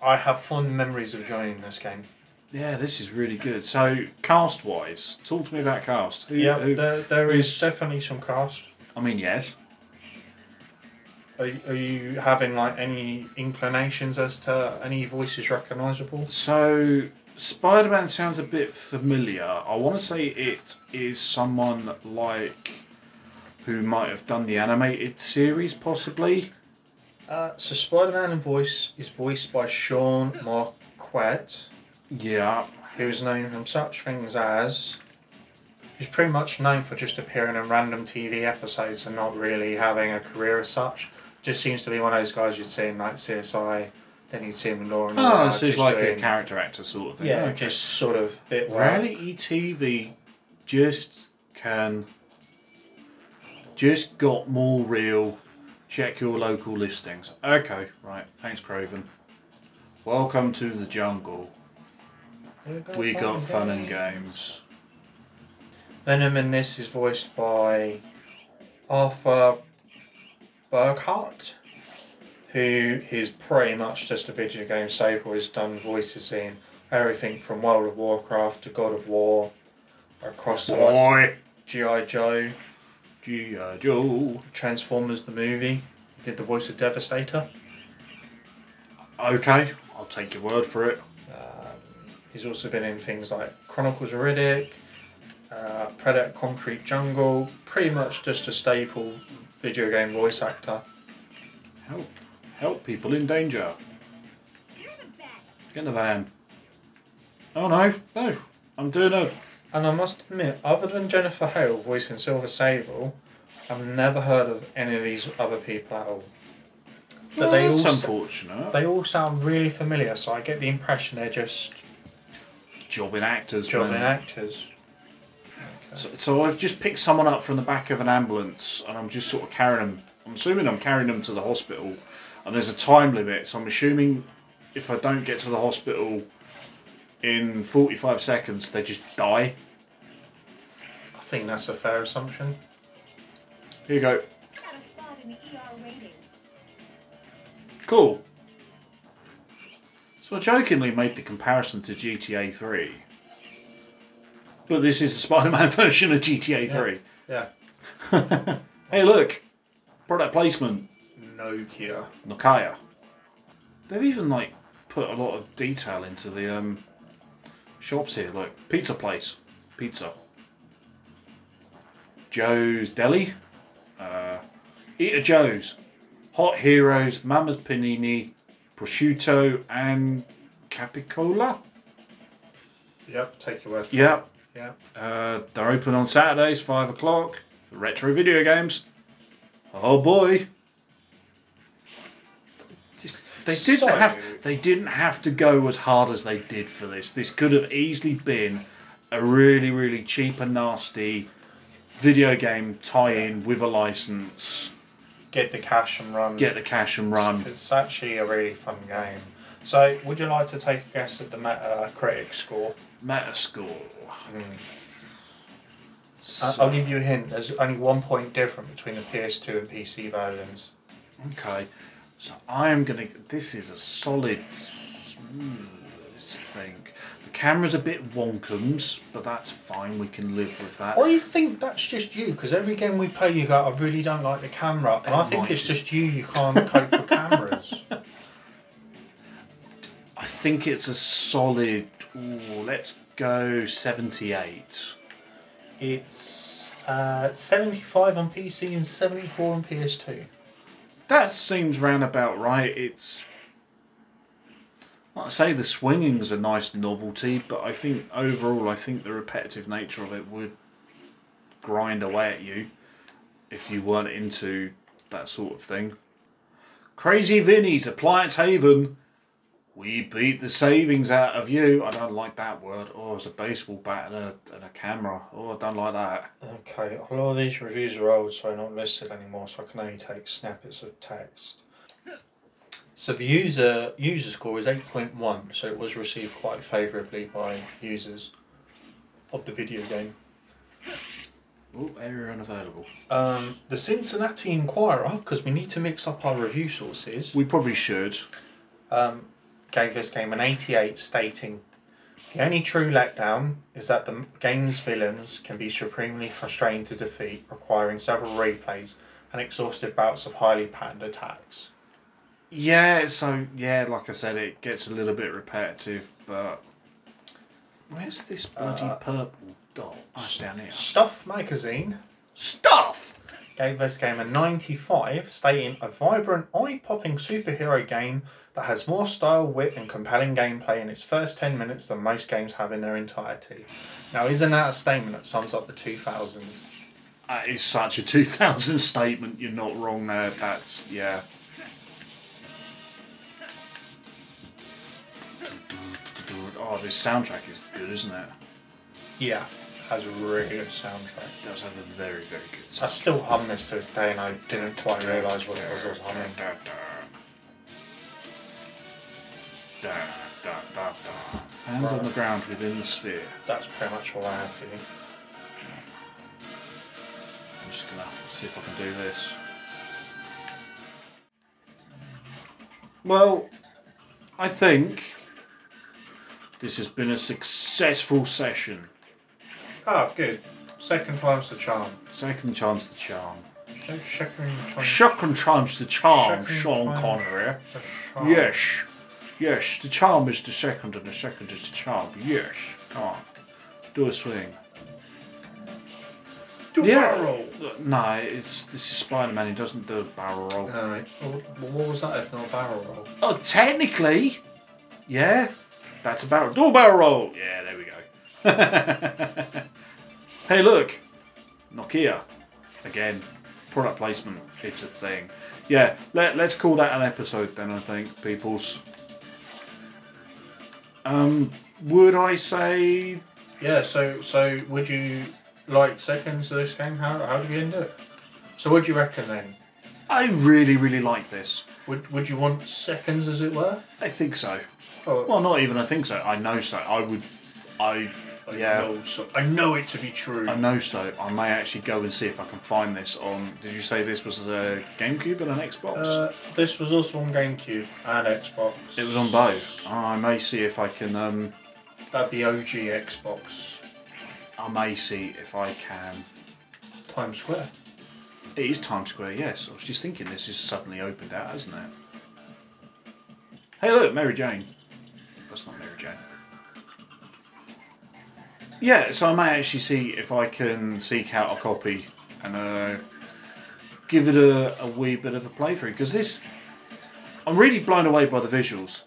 [SPEAKER 2] I have fond memories of joining this game.
[SPEAKER 1] Yeah, this is really good. So, cast wise, talk to me about cast. Who,
[SPEAKER 2] Yeah,
[SPEAKER 1] who-
[SPEAKER 2] there, there is
[SPEAKER 1] who's-
[SPEAKER 2] definitely some cast.
[SPEAKER 1] I mean, yes.
[SPEAKER 2] Are, are you having like any inclinations as to any voices recognisable?
[SPEAKER 1] So, Spider Man sounds a bit familiar. I want to say it is someone like who might have done the animated series, possibly.
[SPEAKER 2] Uh, so Spider-Man voice is voiced by Sean Marquette,
[SPEAKER 1] Yeah.
[SPEAKER 2] who is known from such things as. He's pretty much known for just appearing in random TV episodes and not really having a career as such. Just seems to be one of those guys you'd see in like CSI, then you'd see him in Law and
[SPEAKER 1] Oh,
[SPEAKER 2] Order,
[SPEAKER 1] so he's
[SPEAKER 2] just
[SPEAKER 1] like a
[SPEAKER 2] doing-
[SPEAKER 1] character actor sort of thing.
[SPEAKER 2] Yeah,
[SPEAKER 1] Okay.
[SPEAKER 2] just sort of bit work.
[SPEAKER 1] Reality TV just can just got more real. Check your local listings. Okay, right. Thanks, Craven. Welcome to the jungle. We got fun and games.
[SPEAKER 2] Venom in this is voiced by Arthur Burkhart, who is pretty much just a video game staple. He's done voices in everything from World of Warcraft to God of War, across to like
[SPEAKER 1] Boy, uh,
[SPEAKER 2] G.I. Joe,
[SPEAKER 1] G.I. Joe.
[SPEAKER 2] Transformers the movie. He did the voice of Devastator.
[SPEAKER 1] Okay, I'll take your word for it.
[SPEAKER 2] He's also been in things like Chronicles of Riddick, uh, Predator Concrete Jungle, pretty much just a staple video game voice actor.
[SPEAKER 1] Help, help people in danger.
[SPEAKER 4] You're the best.
[SPEAKER 1] Get in the van. Oh no, no. I'm doing a
[SPEAKER 2] And I must admit, other than Jennifer Hale voicing Silver Sable, I've never heard of any of these other people at all. But they all
[SPEAKER 1] That's
[SPEAKER 2] s-
[SPEAKER 1] unfortunate.
[SPEAKER 2] they all sound really familiar, so I get the impression they're just
[SPEAKER 1] jobbing actors.
[SPEAKER 2] jobbing
[SPEAKER 1] man.
[SPEAKER 2] actors.
[SPEAKER 1] So, so I've just picked someone up from the back of an ambulance, and I'm just sort of carrying them. I'm assuming I'm carrying them to the hospital, and there's a time limit. So I'm assuming if I don't get to the hospital in 45 seconds, they just die.
[SPEAKER 2] I think that's a fair assumption.
[SPEAKER 1] Here you go.
[SPEAKER 4] I got a spot in the ER waiting.
[SPEAKER 1] Cool. So I jokingly made the comparison to GTA 3, but this is the Spider-Man version of GTA 3.
[SPEAKER 2] Yeah.
[SPEAKER 1] Hey, look, product placement.
[SPEAKER 2] Nokia.
[SPEAKER 1] Nokaya. They've even like put a lot of detail into the um, shops here. Like pizza place, pizza. Joe's Deli, uh, Eat at Joe's, Hot Heroes, Mama's Panini, Prosciutto, and Capicola.
[SPEAKER 2] Yep, take your word for
[SPEAKER 1] Yep,
[SPEAKER 2] it. Yeah.
[SPEAKER 1] uh, they're open on Saturdays, five o'clock for retro video games. Oh boy! Just, they didn't
[SPEAKER 2] So-
[SPEAKER 1] have they didn't have to go as hard as they did for this. This could have easily been a really really cheap and nasty video game tie-in with a license.
[SPEAKER 2] Get the cash and run.
[SPEAKER 1] Get the cash and run.
[SPEAKER 2] It's actually a really fun game. So, would you like to take a guess at the Metacritic score?
[SPEAKER 1] Metascore.
[SPEAKER 2] I- I'll give you a hint. There's only one point different between the PS2 and PC versions.
[SPEAKER 1] Okay, so I am gonna. This is a solid. s- mm, Let's think. The camera's a bit wonkums, but that's fine. We can live with that.
[SPEAKER 2] I think that's just you, because every game we play, you go, I really don't like the camera. And I think it's just you, you can't cope with cameras.
[SPEAKER 1] I think it's a solid. Ooh, let's go 78.
[SPEAKER 2] It's uh, 75 on PC and 74 on PS2.
[SPEAKER 1] That seems round about right. It's. Like I say, the swinging's a nice novelty, but I think overall, I think the repetitive nature of it would grind away at you if you weren't into that sort of thing. Crazy Vinny's Appliance Haven. We beat the savings out of you. I don't like that word. Oh, it's a baseball bat and a, and a camera. Oh, I don't like that.
[SPEAKER 2] Okay, a lot of these reviews are old, so they're not listed anymore, so I can only take snippets of text. So the user user score is 8.1, so it was received quite favourably by users of the video game.
[SPEAKER 1] Oh, area unavailable.
[SPEAKER 2] Um, the Cincinnati Inquirer, because we need to mix up our review sources,
[SPEAKER 1] We probably should.
[SPEAKER 2] um, gave this game an 88, stating The only true letdown is that the game's villains can be supremely frustrating to defeat, requiring several replays and exhaustive bouts of highly patterned attacks.
[SPEAKER 1] Yeah, so yeah, like I said, it gets a little bit repetitive, but where's this bloody purple dot? Oh, down here.
[SPEAKER 2] Stuff magazine
[SPEAKER 1] Stuff.
[SPEAKER 2] gave this game a 95, stating a vibrant, eye popping superhero game that has more style, wit, and compelling gameplay in its first 10 minutes than most games have in their entirety. Now, isn't that a statement that sums up the 2000s?
[SPEAKER 1] That is such a two thousand statement. You're not wrong there. That's yeah. Oh, this soundtrack is good, isn't it?
[SPEAKER 2] Yeah, has a really good soundtrack.
[SPEAKER 1] It does have a very, very good
[SPEAKER 2] I
[SPEAKER 1] sound.
[SPEAKER 2] still hum this to this day, and I didn't quite realise what it was I was humming.
[SPEAKER 1] Hand on the ground within the sphere.
[SPEAKER 2] That's pretty much all I have for you.
[SPEAKER 1] I'm just gonna see if I can do this. Well, I think this has been a successful session.
[SPEAKER 2] Ah, good. Second time's the charm.
[SPEAKER 1] Second chance the charm.
[SPEAKER 2] Second time.
[SPEAKER 1] Second chance the charm,
[SPEAKER 2] second
[SPEAKER 1] Sean
[SPEAKER 2] time's
[SPEAKER 1] Connery.
[SPEAKER 2] the charm.
[SPEAKER 1] Yes. Yes, the charm is the second and the second is the charm. Yes. Come on. Do a swing.
[SPEAKER 2] Do
[SPEAKER 1] Yeah.
[SPEAKER 2] barrel roll.
[SPEAKER 1] No, it's this is Spider Man, he doesn't do a barrel roll.
[SPEAKER 2] Alright. Well, what was that if not a barrel roll?
[SPEAKER 1] Oh, technically, yeah, that's a barrel. Door barrel roll. Yeah, there we go. hey, look, Nokia, again, product placement. It's a thing. Yeah, let let's call that an episode then. I think people's. Um, would I say
[SPEAKER 2] Yeah. So, so would you like seconds of this game? How how do we end it? So, what do you reckon then?
[SPEAKER 1] I really really like this?
[SPEAKER 2] Would Would you want seconds, as it were?
[SPEAKER 1] I think so.
[SPEAKER 2] Or,
[SPEAKER 1] Well, not even I think so. I know so. I would. I
[SPEAKER 2] I
[SPEAKER 1] yeah.
[SPEAKER 2] Know, so, I know it to be true.
[SPEAKER 1] I know so. I may actually go and see if I can find this on. Did you say this was a GameCube and an Xbox?
[SPEAKER 2] Uh, this was also on GameCube and Xbox.
[SPEAKER 1] it was on both. Oh, I may see if I can. Um,
[SPEAKER 2] That'd be OG Xbox
[SPEAKER 1] I may see if I can.
[SPEAKER 2] Times Square.
[SPEAKER 1] It is Times Square. Yes, I was just thinking this is suddenly opened out, hasn't it? Hey, look, Mary Jane. That's not Mary Jane. Yeah, so I may actually see if I can seek out a copy and uh, give it a, a wee bit of a playthrough because this, I'm really blown away by the visuals,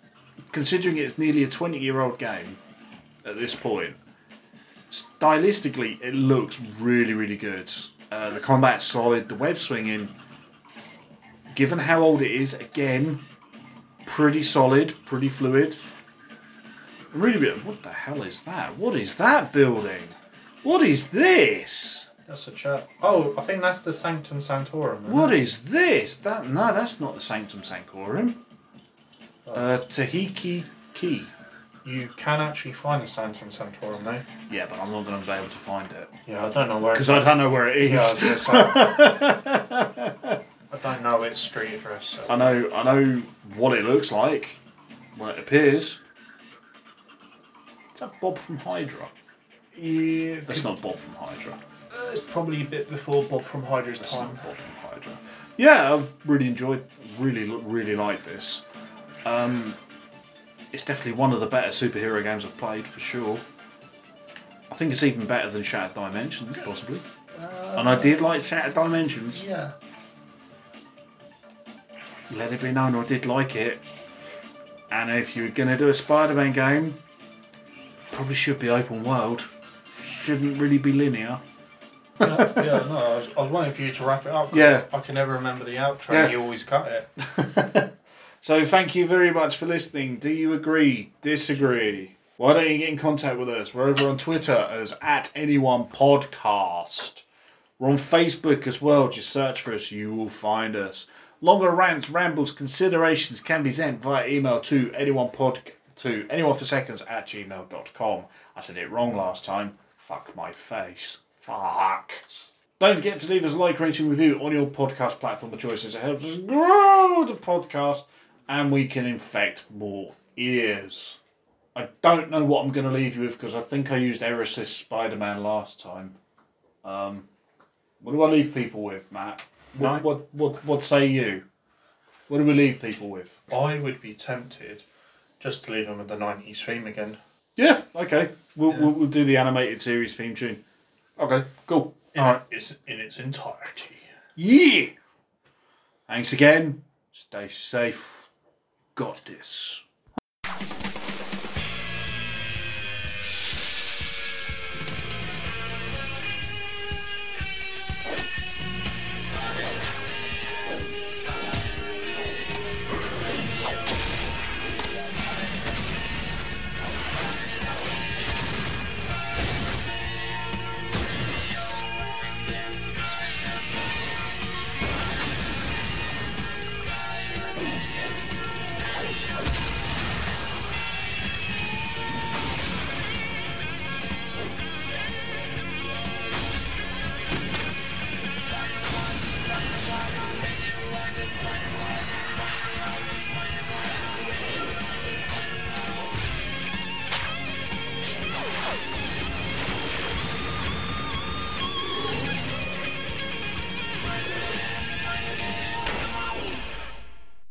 [SPEAKER 1] considering it's nearly a 20 year old game at this point. Stylistically, it looks really, really good. Uh, the combat's solid, the web swinging, given how old it is, again, pretty solid, pretty fluid. I'm really, bit- what the hell is that? What is that building? What is this?
[SPEAKER 2] That's a chat. Oh, I think that's the Sanctum Sanctorum. isn't
[SPEAKER 1] What
[SPEAKER 2] it?
[SPEAKER 1] is this? That no, that's not the Sanctum Sanctorum.
[SPEAKER 2] Oh.
[SPEAKER 1] Uh, Tahiki Key.
[SPEAKER 2] You can actually find the Sanctum Sanctorum though.
[SPEAKER 1] Yeah, but I'm not going to be able to find it
[SPEAKER 2] Yeah, I don't know where.
[SPEAKER 1] because I don't know where it is.
[SPEAKER 2] Yeah, I was gonna say. I don't know its street address. So.
[SPEAKER 1] I know, I know what it looks like when it appears. Is that Bob from Hydra?
[SPEAKER 2] Yeah,
[SPEAKER 1] That's not Bob from Hydra.
[SPEAKER 2] it's probably a bit before Bob from Hydra's
[SPEAKER 1] That's
[SPEAKER 2] time.
[SPEAKER 1] not Bob from Hydra. Yeah, I've really enjoyed, really, really like this. Um, it's definitely one of the better superhero games I've played for sure. I think it's even better than Shattered Dimensions, possibly. and I did like Shattered Dimensions.
[SPEAKER 2] Yeah.
[SPEAKER 1] Let it be known, I did like it. And if you were going to do a Spider Man game, probably should be open world. Shouldn't really be linear.
[SPEAKER 2] yeah, yeah, no, I was, I was waiting for you to wrap it up. 'cause
[SPEAKER 1] Yeah.
[SPEAKER 2] I can never remember the outro.
[SPEAKER 1] Yeah.
[SPEAKER 2] You always cut it.
[SPEAKER 1] So thank you very much for listening. Do you agree? Disagree? Why don't you get in contact with us? We're over on Twitter as at anyone podcast. We're on Facebook as well. Just search for us, you will find us. Longer rants, rambles, considerations can be sent via email to anyonepod to anyone for seconds at gmail.com. I said it wrong last time. Fuck my face. Fuck. Don't forget to leave us a like, rating, review on your podcast platform of choice as it helps us grow the podcast and we can infect more ears. I don't know what I'm going to leave you with because I think I used Air Assist Spider Man last time. Um, what do I leave people with, Matt? What,
[SPEAKER 2] No.
[SPEAKER 1] what, what, what say you? What do we leave people with?
[SPEAKER 2] I would be tempted just to leave them with the 90s theme again.
[SPEAKER 1] Yeah, okay. We'll, We'll, we'll do the animated series theme tune. Okay, cool.
[SPEAKER 2] In,
[SPEAKER 1] All right.
[SPEAKER 2] its, in its entirety.
[SPEAKER 1] Yeah. Thanks again. Stay safe. Got this.